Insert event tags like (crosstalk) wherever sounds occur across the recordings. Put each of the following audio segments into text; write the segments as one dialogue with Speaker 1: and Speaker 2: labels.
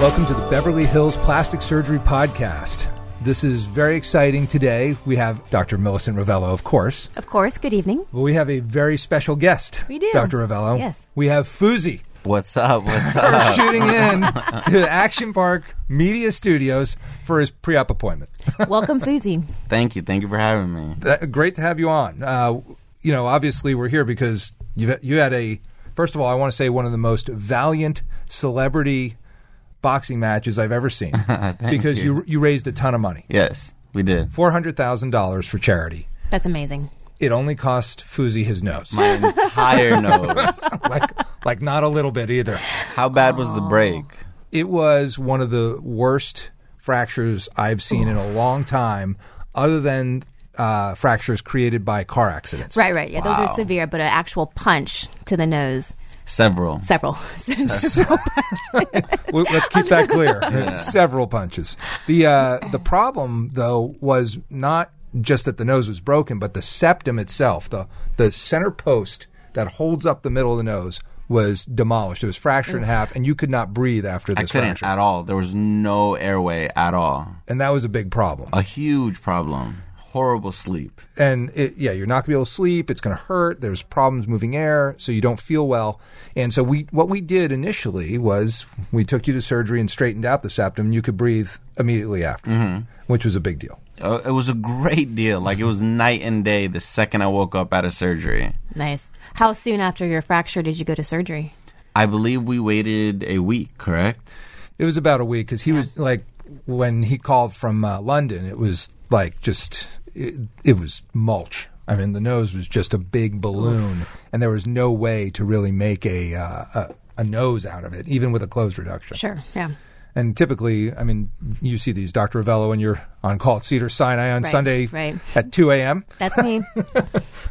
Speaker 1: Welcome to the Beverly Hills Plastic Surgery Podcast. This is very exciting today. We have Dr. Millicent Ravello, of course,
Speaker 2: Of course, good evening.
Speaker 1: but we have a very special guest.
Speaker 2: We do.
Speaker 1: Dr. Ravello.
Speaker 2: Yes.
Speaker 1: We have Fuzi
Speaker 3: What's up? What's up?
Speaker 1: shooting in to Action Park Media Studios for his pre op appointment.
Speaker 2: Welcome, Fuzi.
Speaker 3: Thank you. Thank you for having me.
Speaker 1: That- great to have you on. Uh, you know, obviously we're here because you you had a first of all, I want to say one of the most valiant celebrity boxing matches I've ever seen because you. you raised a ton of money
Speaker 3: Yes, we did.
Speaker 1: four hundred thousand dollars for charity.
Speaker 2: That's amazing.
Speaker 1: It only cost Fuzi his nose,
Speaker 3: My entire nose.
Speaker 1: like (laughs) like not a little bit either.
Speaker 3: How bad was the break?
Speaker 1: It was one of the worst fractures I've seen in a long time, other than uh, fractures created by car accidents.
Speaker 2: Right, right. Yeah, those are
Speaker 3: Wow.
Speaker 2: severe, but an actual punch to the nose,
Speaker 3: Several.
Speaker 2: several.
Speaker 1: We- Let's keep that
Speaker 3: (laughs)
Speaker 1: clear. Several punches. The uh, the problem though was not just that the nose was broken, but the septum itself, the the center post that holds up the middle of the nose, was demolished. It was fractured in half, and you could not breathe after
Speaker 3: I
Speaker 1: this
Speaker 3: couldn't
Speaker 1: fracture,
Speaker 3: at all. There was no airway at all.
Speaker 1: and that was a big problem.
Speaker 3: A huge problem. Horrible sleep.
Speaker 1: and it, yeah, you're not going to be able to sleep. It's going to hurt. There's problems moving air, so you don't feel well. And so we, what we did initially was we took you to surgery and straightened out the septum. You could breathe immediately after,
Speaker 3: Mm-hmm.
Speaker 1: which was a big deal.
Speaker 3: Uh, It was a great deal. Like it was night and day the second I woke up out of surgery.
Speaker 2: (laughs) nice. How soon after your fracture did you go to surgery?
Speaker 3: I believe we waited a week, correct?
Speaker 1: It was about a week because he was like when he called from uh, London. It was like just it, it was mulch. I mean, the nose was just a big balloon, and there was no way to really make a, uh, a a nose out of it, even with a closed reduction.
Speaker 2: Sure. Yeah.
Speaker 1: And typically, I mean, you see these Dr. Ravello when you're on call at Cedar Sinai on
Speaker 2: Right,
Speaker 1: Sunday
Speaker 2: right.
Speaker 1: at 2 a.m.
Speaker 2: That's me.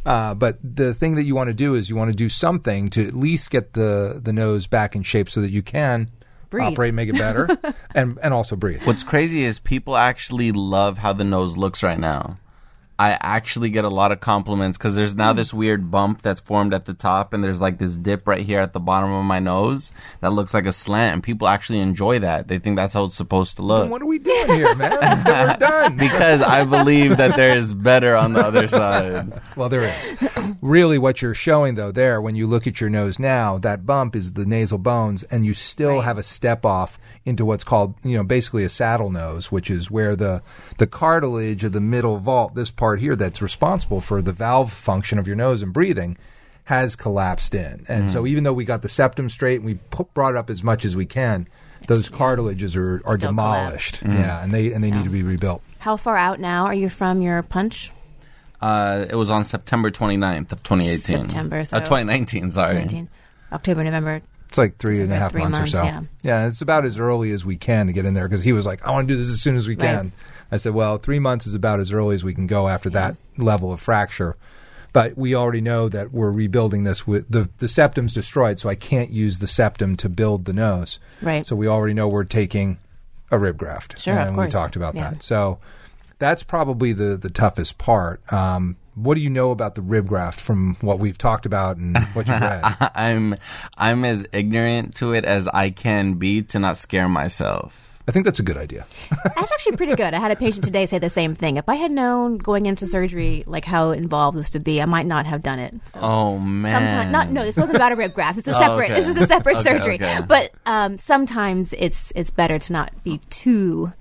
Speaker 1: Uh, but the thing that you want to do is you want to do something to at least get the, the nose back in shape so that you can
Speaker 2: Breathe.
Speaker 1: operate, make it
Speaker 2: (laughs)
Speaker 1: better, and, and also breathe.
Speaker 3: What's crazy is people actually love how the nose looks right now. I actually get a lot of compliments because there's now this weird bump that's formed at the top, and there's like this dip right here at the bottom of my nose that looks like a slant, and people actually enjoy that. They think that's how it's supposed to look.
Speaker 1: What are we doing here, man? We're done.
Speaker 3: Because I believe that there is better on the other side.
Speaker 1: (laughs) Well, there is. Really, what you're showing, though, there, when you look at your nose now, that bump is the nasal bones, and you still have a step off into what's called, you know, basically a saddle nose, which is where the, the cartilage of the middle vault, this part here that's responsible for the valve function of your nose and breathing, has collapsed in. And so, even though we got the septum straight and we put, brought it up as much as we can, those cartilages are, are
Speaker 2: Still
Speaker 1: demolished. Mm. Yeah, and they, and they need to be rebuilt.
Speaker 2: How far out now are you from your punch?
Speaker 3: Uh, it was on September 29th of 2018.
Speaker 2: September, so-
Speaker 3: Uh, 2019, sorry.
Speaker 2: 19, October, November.
Speaker 1: It's like three and a
Speaker 2: like
Speaker 1: half
Speaker 2: three
Speaker 1: months,
Speaker 2: months,
Speaker 1: or so.
Speaker 2: yeah.
Speaker 1: it's about as early as we can to get in there because he was like, I want to do this as soon as we
Speaker 2: Right.
Speaker 1: can. I said, Well, three months is about as early as we can go after that level of fracture. But we already know that we're rebuilding this with the, the septum's destroyed, so I can't use the septum to build the nose.
Speaker 2: Right.
Speaker 1: So we already know we're taking a rib graft.
Speaker 2: Sure, of
Speaker 1: and we
Speaker 2: course.
Speaker 1: talked about
Speaker 2: Yeah.
Speaker 1: that. So that's probably the, the toughest part. Um, what do you know about the rib graft from what we've talked about and what you've read?
Speaker 3: (laughs)
Speaker 2: (laughs)
Speaker 3: I'm, I'm as ignorant to it as I can be to not scare myself.
Speaker 1: I think that's a good idea.
Speaker 2: That's actually pretty good. I had a patient today say the same thing. If I had known going into surgery like how involved this would be, I might not have done it. So.
Speaker 3: Oh man!
Speaker 2: Sometimes, not no, this wasn't about a rib graft. It's
Speaker 3: (laughs)
Speaker 2: a separate.
Speaker 3: Oh, okay.
Speaker 2: This is a separate
Speaker 3: Okay,
Speaker 2: surgery.
Speaker 3: okay.
Speaker 2: But um, sometimes it's it's better to not be too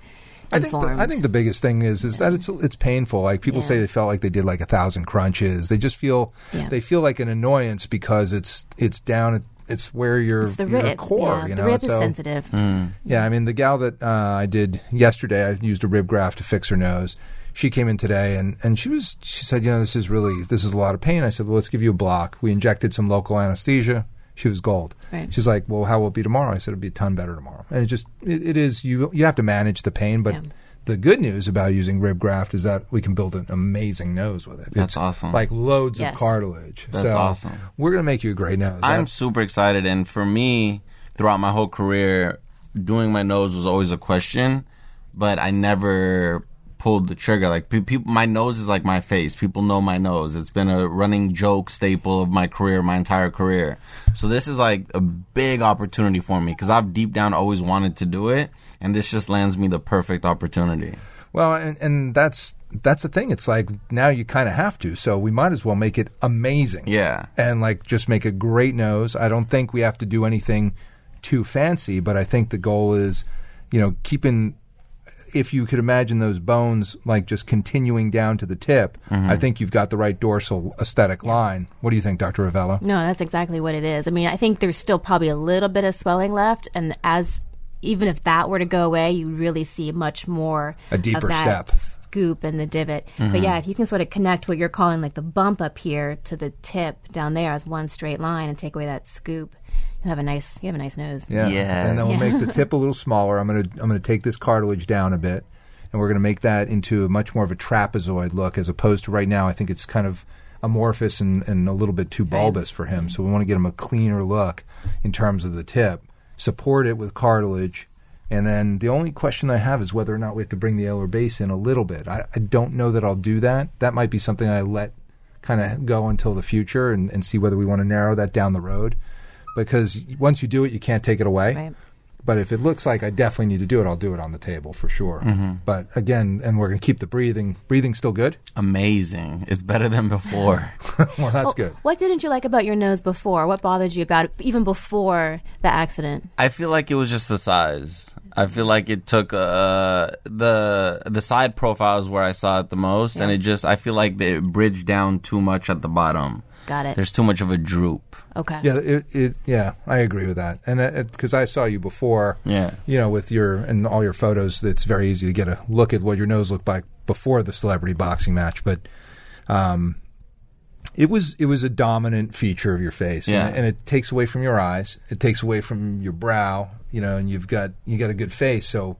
Speaker 1: I think,
Speaker 2: informed.
Speaker 1: the, I think the biggest thing is is that it's it's painful. Like people say,
Speaker 2: Yeah.
Speaker 1: they felt like they did like a thousand crunches. They just feel
Speaker 2: Yeah.
Speaker 1: they feel like an annoyance because it's it's down. at- It's where your,
Speaker 2: It's the
Speaker 1: your
Speaker 2: rib.
Speaker 1: core.
Speaker 2: yeah,
Speaker 1: you
Speaker 2: the
Speaker 1: know,
Speaker 2: rib
Speaker 1: so-
Speaker 2: is sensitive.
Speaker 3: Hmm.
Speaker 1: Yeah, I mean the gal that uh, I did yesterday, I used a rib graft to fix her nose. She came in today and, and she was she said, you know, this is really this is a lot of pain. I said, well, let's give you a block. We injected some local anesthesia. She was gold.
Speaker 2: Right.
Speaker 1: She's like, well, how will it be tomorrow? I said, it'll be a ton better tomorrow. And it just it, it is you you have to manage the pain, but.
Speaker 2: Yeah.
Speaker 1: The good news about using rib graft is that we can build an amazing nose with it.
Speaker 3: That's awesome.
Speaker 1: Like loads of
Speaker 2: Yes.
Speaker 1: cartilage.
Speaker 3: That's
Speaker 1: so
Speaker 3: awesome.
Speaker 1: We're gonna make you a great nose.
Speaker 3: I'm super excited, and for me, throughout my whole career, doing my nose was always a question, but I never pulled the trigger. Like pe- people, my nose is like my face. People know my nose. It's been a running joke staple of my career, my entire career. So this is like a big opportunity for me because I've deep down always wanted to do it, and this just lands me the perfect opportunity.
Speaker 1: Well, and, and that's that's the thing. It's like now you kind of have to, so we might as well make it amazing.
Speaker 3: Yeah.
Speaker 1: and like just make a great nose. I don't think we have to do anything too fancy, but I think the goal is, you know, keeping. If you could imagine those bones like just continuing down to the tip,
Speaker 3: Mm-hmm.
Speaker 1: I think you've got the right dorsal aesthetic line. What do you think, Dr. Avella?
Speaker 2: No, that's exactly what it is. I mean, I think there's still probably a little bit of swelling left, and as even if that were to go away, you really see much more
Speaker 1: A deeper
Speaker 2: of that
Speaker 1: step.
Speaker 2: scoop and the divot. But
Speaker 3: Mm-hmm.
Speaker 2: yeah, if you can sort of connect what you're calling like the bump up here to the tip down there as one straight line and take away that scoop, you have a nice you have a nice nose.
Speaker 3: Yes.
Speaker 1: And then we'll make the tip a little smaller. I'm gonna I'm gonna take this cartilage down a bit, and we're gonna make that into a much more of a trapezoid look as opposed to right now. I think it's kind of amorphous and, and a little bit too bulbous for him. So we want to get him a cleaner look in terms of the tip. Support it with cartilage. And then the only question I have is whether or not we have to bring the elbow base in a little bit. I, I don't know that I'll do that. That might be something I let kind of go until the future and, and see whether we want to narrow that down the road. Because once you do it, you can't take it away.
Speaker 2: Right.
Speaker 1: But if it looks like I definitely need to do it, I'll do it on the table for sure. But again, and we're going to keep the breathing. Breathing still good? (laughs)
Speaker 3: Amazing. It's better than (laughs) before.
Speaker 1: well, that's
Speaker 2: Well,
Speaker 1: good.
Speaker 2: Oh, What didn't you like about your nose before? What bothered you about it even before the accident?
Speaker 3: I feel like it was just the size. I feel like it took uh, the the side profiles where I saw it the most, and it just I feel like it bridged down too much at the bottom.
Speaker 2: Got it.
Speaker 3: There's too much of a droop.
Speaker 2: okay.
Speaker 1: Yeah, it, it, yeah, I agree with that. And because I saw you before,
Speaker 3: Yeah.
Speaker 1: you know, with your and all your photos, it's very easy to get a look at what your nose looked like before the celebrity boxing match. But um, it was it was a dominant feature of your face,
Speaker 3: Yeah.
Speaker 1: and, and it takes away from your eyes, it takes away from your brow, you know, and you've got you got a good face, so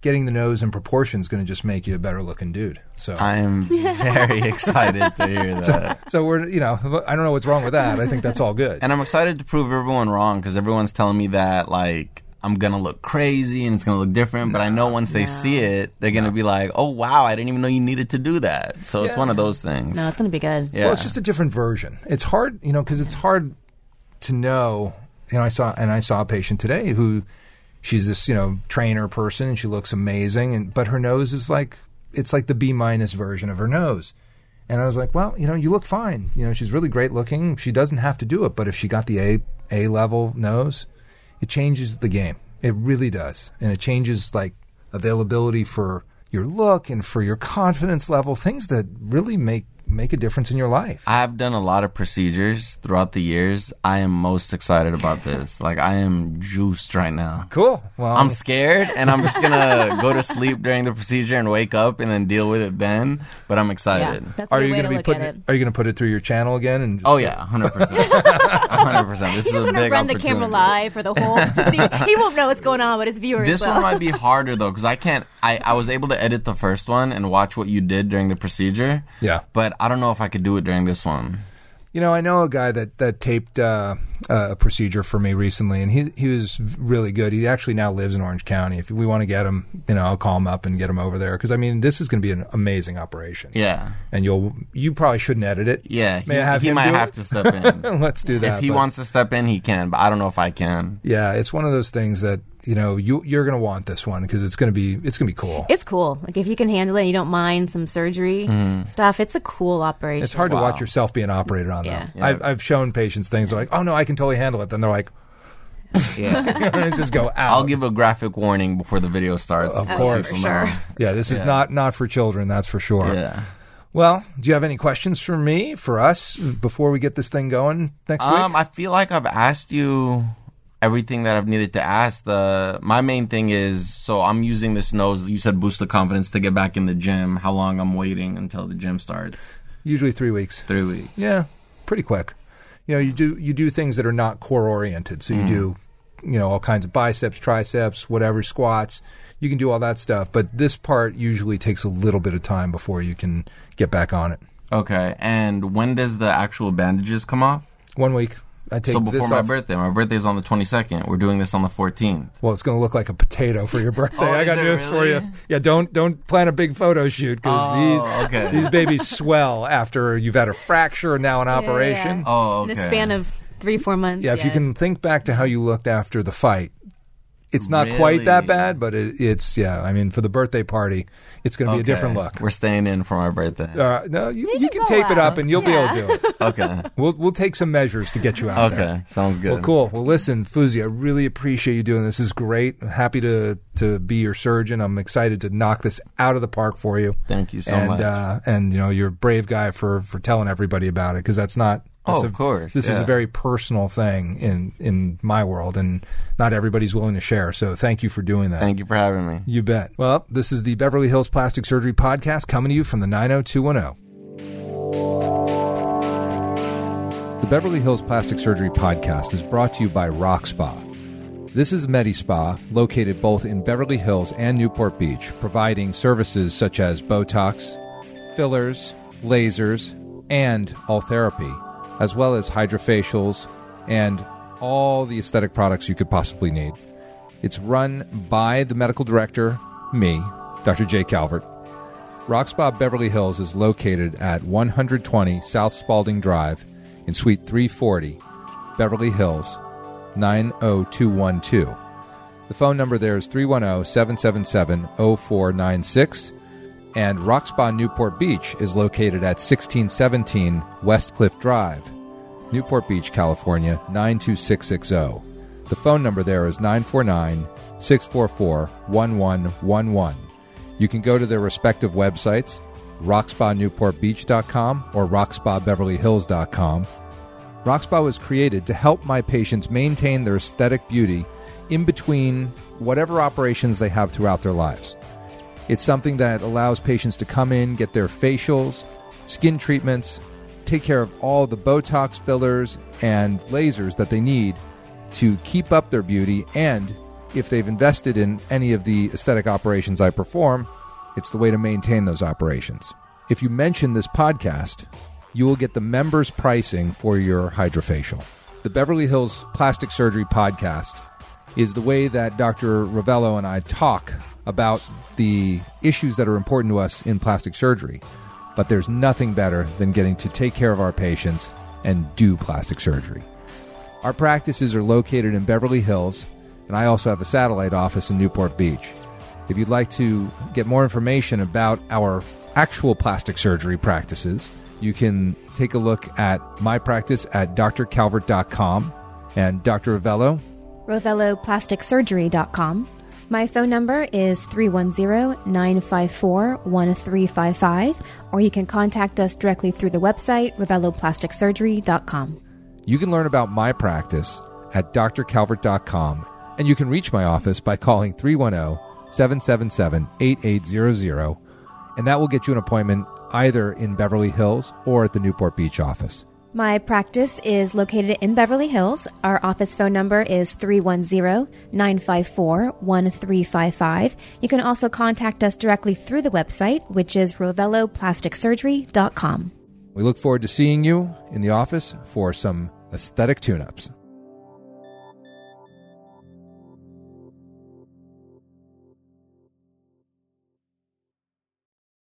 Speaker 1: getting the nose in proportion is going to just make you a better looking dude. So.
Speaker 3: I am very excited to hear that.
Speaker 1: so we're, you know, I don't know what's wrong with that. I think that's all good.
Speaker 3: (laughs) And I'm excited to prove everyone wrong because everyone's telling me that like I'm gonna look crazy and it's gonna look different. But I know once they see it, they're gonna be like, "Oh wow, I didn't even know you needed to do that." So it's
Speaker 1: Yeah.
Speaker 3: one of those things.
Speaker 2: No, it's gonna be good.
Speaker 3: Yeah.
Speaker 1: Well, it's just a different version. It's hard, you know, because it's hard to know. You know, I saw and I saw a patient today who she's this you know trainer person and she looks amazing, and but her nose is like it's like the B minus version of her nose. And I was like, well, you know, you look fine. You know, she's really great looking. She doesn't have to do it, but if she got the A A level nose, it changes the game. It really does, and it changes like availability for your look and for your confidence level, things that really make make a difference in your life.
Speaker 3: I've done a lot of procedures throughout the years. I am most excited about
Speaker 2: (laughs)
Speaker 3: this. Like I am juiced right now.
Speaker 1: Cool. Well,
Speaker 3: I'm scared and I'm just gonna go to sleep during the procedure and wake up and then deal with it then. But I'm
Speaker 2: Yeah,
Speaker 3: excited.
Speaker 2: that's a
Speaker 1: are
Speaker 2: good
Speaker 1: you going
Speaker 2: way to
Speaker 1: to be
Speaker 2: look at
Speaker 1: putting?
Speaker 2: it.
Speaker 1: It, are you going to put it through your channel again? And just,
Speaker 2: (laughs)
Speaker 3: Oh yeah, hundred percent, hundred percent. This
Speaker 2: He's
Speaker 3: is a
Speaker 2: just gonna
Speaker 3: big
Speaker 2: run the
Speaker 3: opportunity.
Speaker 2: camera live for the whole. See, he won't know what's going on, but his viewers
Speaker 3: This
Speaker 2: will.
Speaker 3: one might be harder though because I can't. I, I was able to edit the first one and watch what you did during the procedure.
Speaker 1: Yeah.
Speaker 3: but I don't know if I could do it during this one.
Speaker 1: You know, I know a guy that that taped uh, a procedure for me recently, and he he was really good. He actually now lives in Orange County. If we want to get him, you know, I'll call him up and get him over there because I mean, this is going to be an amazing operation.
Speaker 3: Yeah,
Speaker 1: and you'll you probably shouldn't edit it.
Speaker 3: yeah.
Speaker 1: May
Speaker 3: he
Speaker 1: I have
Speaker 3: he
Speaker 1: him
Speaker 3: might
Speaker 1: do
Speaker 3: have
Speaker 1: it?
Speaker 3: to step
Speaker 1: (laughs)
Speaker 3: in.
Speaker 1: Let's do that.
Speaker 3: if he
Speaker 1: but-
Speaker 3: wants to step in, he can, but I don't know if I can.
Speaker 1: yeah, it's one of those things that you know you you're going to want this one because it's going to be it's going to be cool.
Speaker 2: It's cool. Like if you can handle it, and you don't mind some surgery stuff. It's a cool operation.
Speaker 1: It's hard to
Speaker 3: Wow.
Speaker 1: watch yourself being operated on, though.
Speaker 2: Yeah.
Speaker 1: I've, I've shown patients things they're like, oh no, I can totally handle it. Then they're like, (laughs)
Speaker 3: Yeah.
Speaker 1: just go out.
Speaker 3: (laughs) I'll give a graphic warning before the video starts.
Speaker 1: Of
Speaker 3: to let
Speaker 1: course.
Speaker 3: people
Speaker 2: Oh, For sure.
Speaker 3: know.
Speaker 1: yeah, this is not not for children, that's for sure.
Speaker 3: Yeah.
Speaker 1: Well, do you have any questions for me, for us, before we get this thing going next
Speaker 3: Um,
Speaker 1: week?
Speaker 3: I feel like I've asked you everything that I've needed to ask. The my main thing is so I'm using this nose. You said boost the confidence to get back in the gym. How long I'm waiting until the gym starts?
Speaker 1: Usually three weeks.
Speaker 3: Three weeks.
Speaker 1: Yeah, pretty quick. You know, you do you do things that are not core oriented. So you
Speaker 3: Mm-hmm.
Speaker 1: do, you know, all kinds of biceps, triceps, whatever squats. You can do all that stuff, but this part usually takes a little bit of time before you can get back on it.
Speaker 3: Okay. And when does the actual bandages come off?
Speaker 1: One week. I take
Speaker 3: so before
Speaker 1: this
Speaker 3: my
Speaker 1: off.
Speaker 3: birthday, my birthday's on the 22nd. We're doing this on the 14th.
Speaker 1: Well, it's going to look like a potato for your birthday.
Speaker 3: (laughs) Oh,
Speaker 1: I
Speaker 3: is
Speaker 1: got
Speaker 3: it
Speaker 1: news for
Speaker 3: really?
Speaker 1: you. Yeah, don't don't plan a big photo shoot because
Speaker 3: Oh,
Speaker 1: these
Speaker 3: okay. (laughs)
Speaker 1: these babies swell after you've had a fracture and now an operation. Yeah,
Speaker 3: Oh,
Speaker 2: In
Speaker 3: okay.
Speaker 2: the span of three, four months.
Speaker 1: if you can think back to how you looked after the fight, it's not quite
Speaker 3: Really?
Speaker 1: that bad, but it, it's yeah. I mean, for the birthday party, it's going to be
Speaker 3: Okay.
Speaker 1: a different look.
Speaker 3: We're staying in for my birthday.
Speaker 1: (laughs) Uh, no, you, you,
Speaker 2: can
Speaker 1: can
Speaker 2: go
Speaker 1: tape it up
Speaker 2: out.
Speaker 1: and you'll be able to do it.
Speaker 3: Okay.
Speaker 1: We'll we'll take some measures to
Speaker 3: (laughs)
Speaker 1: get you out there.
Speaker 3: Okay. Sounds good.
Speaker 1: Well, cool. Well, listen, Fuzi, I really appreciate you doing this. This is great. I'm happy to to be your surgeon. I'm excited to knock this out of the park for you.
Speaker 3: Thank you so
Speaker 1: and,
Speaker 3: much.
Speaker 1: Uh, and you know, you're a brave guy for for telling everybody about it because that's not.
Speaker 3: Oh,
Speaker 1: that's a-
Speaker 3: of course,
Speaker 1: This is a
Speaker 3: yeah.
Speaker 1: very personal thing in in my world, and not everybody's willing to share. So, thank you for doing that.
Speaker 3: Thank you for having me.
Speaker 1: you bet. Well, this is the Beverly Hills Plastic Surgery Podcast coming to you from the 90210. The Beverly Hills Plastic Surgery Podcast is brought to you by Rock Spa. This is MediSpa, located both in Beverly Hills and Newport Beach, providing services such as Botox, fillers, lasers, and all therapy, as well as hydrofacials and all the aesthetic products you could possibly need. It's run by the medical director, me, Dr. Jay Calvert. Rock Spa Beverly Hills is located at 120 South Spalding Drive in Suite 340, Beverly Hills, 90212. The phone number there is oh, 310 777 0496, and Rock Spa Newport Beach is located at 1617 West Cliff Drive, Newport Beach, California, 92660. The phone number there is 949 644 1111. You can go to their respective websites, rockspanewportbeach.com or rockspabeverlyhills.com. Rock Spa was created to help my patients maintain their aesthetic beauty in between whatever operations they have throughout their lives. It's something that allows patients to come in, get their facials, skin treatments, take care of all the Botox fillers and lasers that they need to keep up their beauty. And if they've invested in any of the aesthetic operations I perform, it's the way to maintain those operations. If you mention this podcast, you will get the members' pricing for your hydrofacial. The Beverly Hills Plastic Surgery Podcast is the way that Dr. Ravello and I talk about the issues that are important to us in plastic surgery. But there's nothing better than getting to take care of our patients and do plastic surgery. Our practices are located in Beverly Hills, and I also have a satellite office in Newport Beach. If you'd like to get more information about our actual plastic surgery practices, you can take a look at my practice at drcalvert.com and Dr. Ravello
Speaker 2: RovelloPlasticSurgery.com. My phone number is 310-954-1355, or you can contact us directly through the website, RovelloPlasticSurgery.com.
Speaker 1: You can learn about my practice at drcalvert.com, and you can reach my office by calling 310 777 8800, and that will get you an appointment either in Beverly Hills or at the Newport Beach office.
Speaker 2: My practice is located in Beverly Hills. Our office phone number is 310-954-1355. You can also contact us directly through the website, which is RovelloPlasticSurgery.com.
Speaker 1: We look forward to seeing you in the office for some aesthetic tune ups.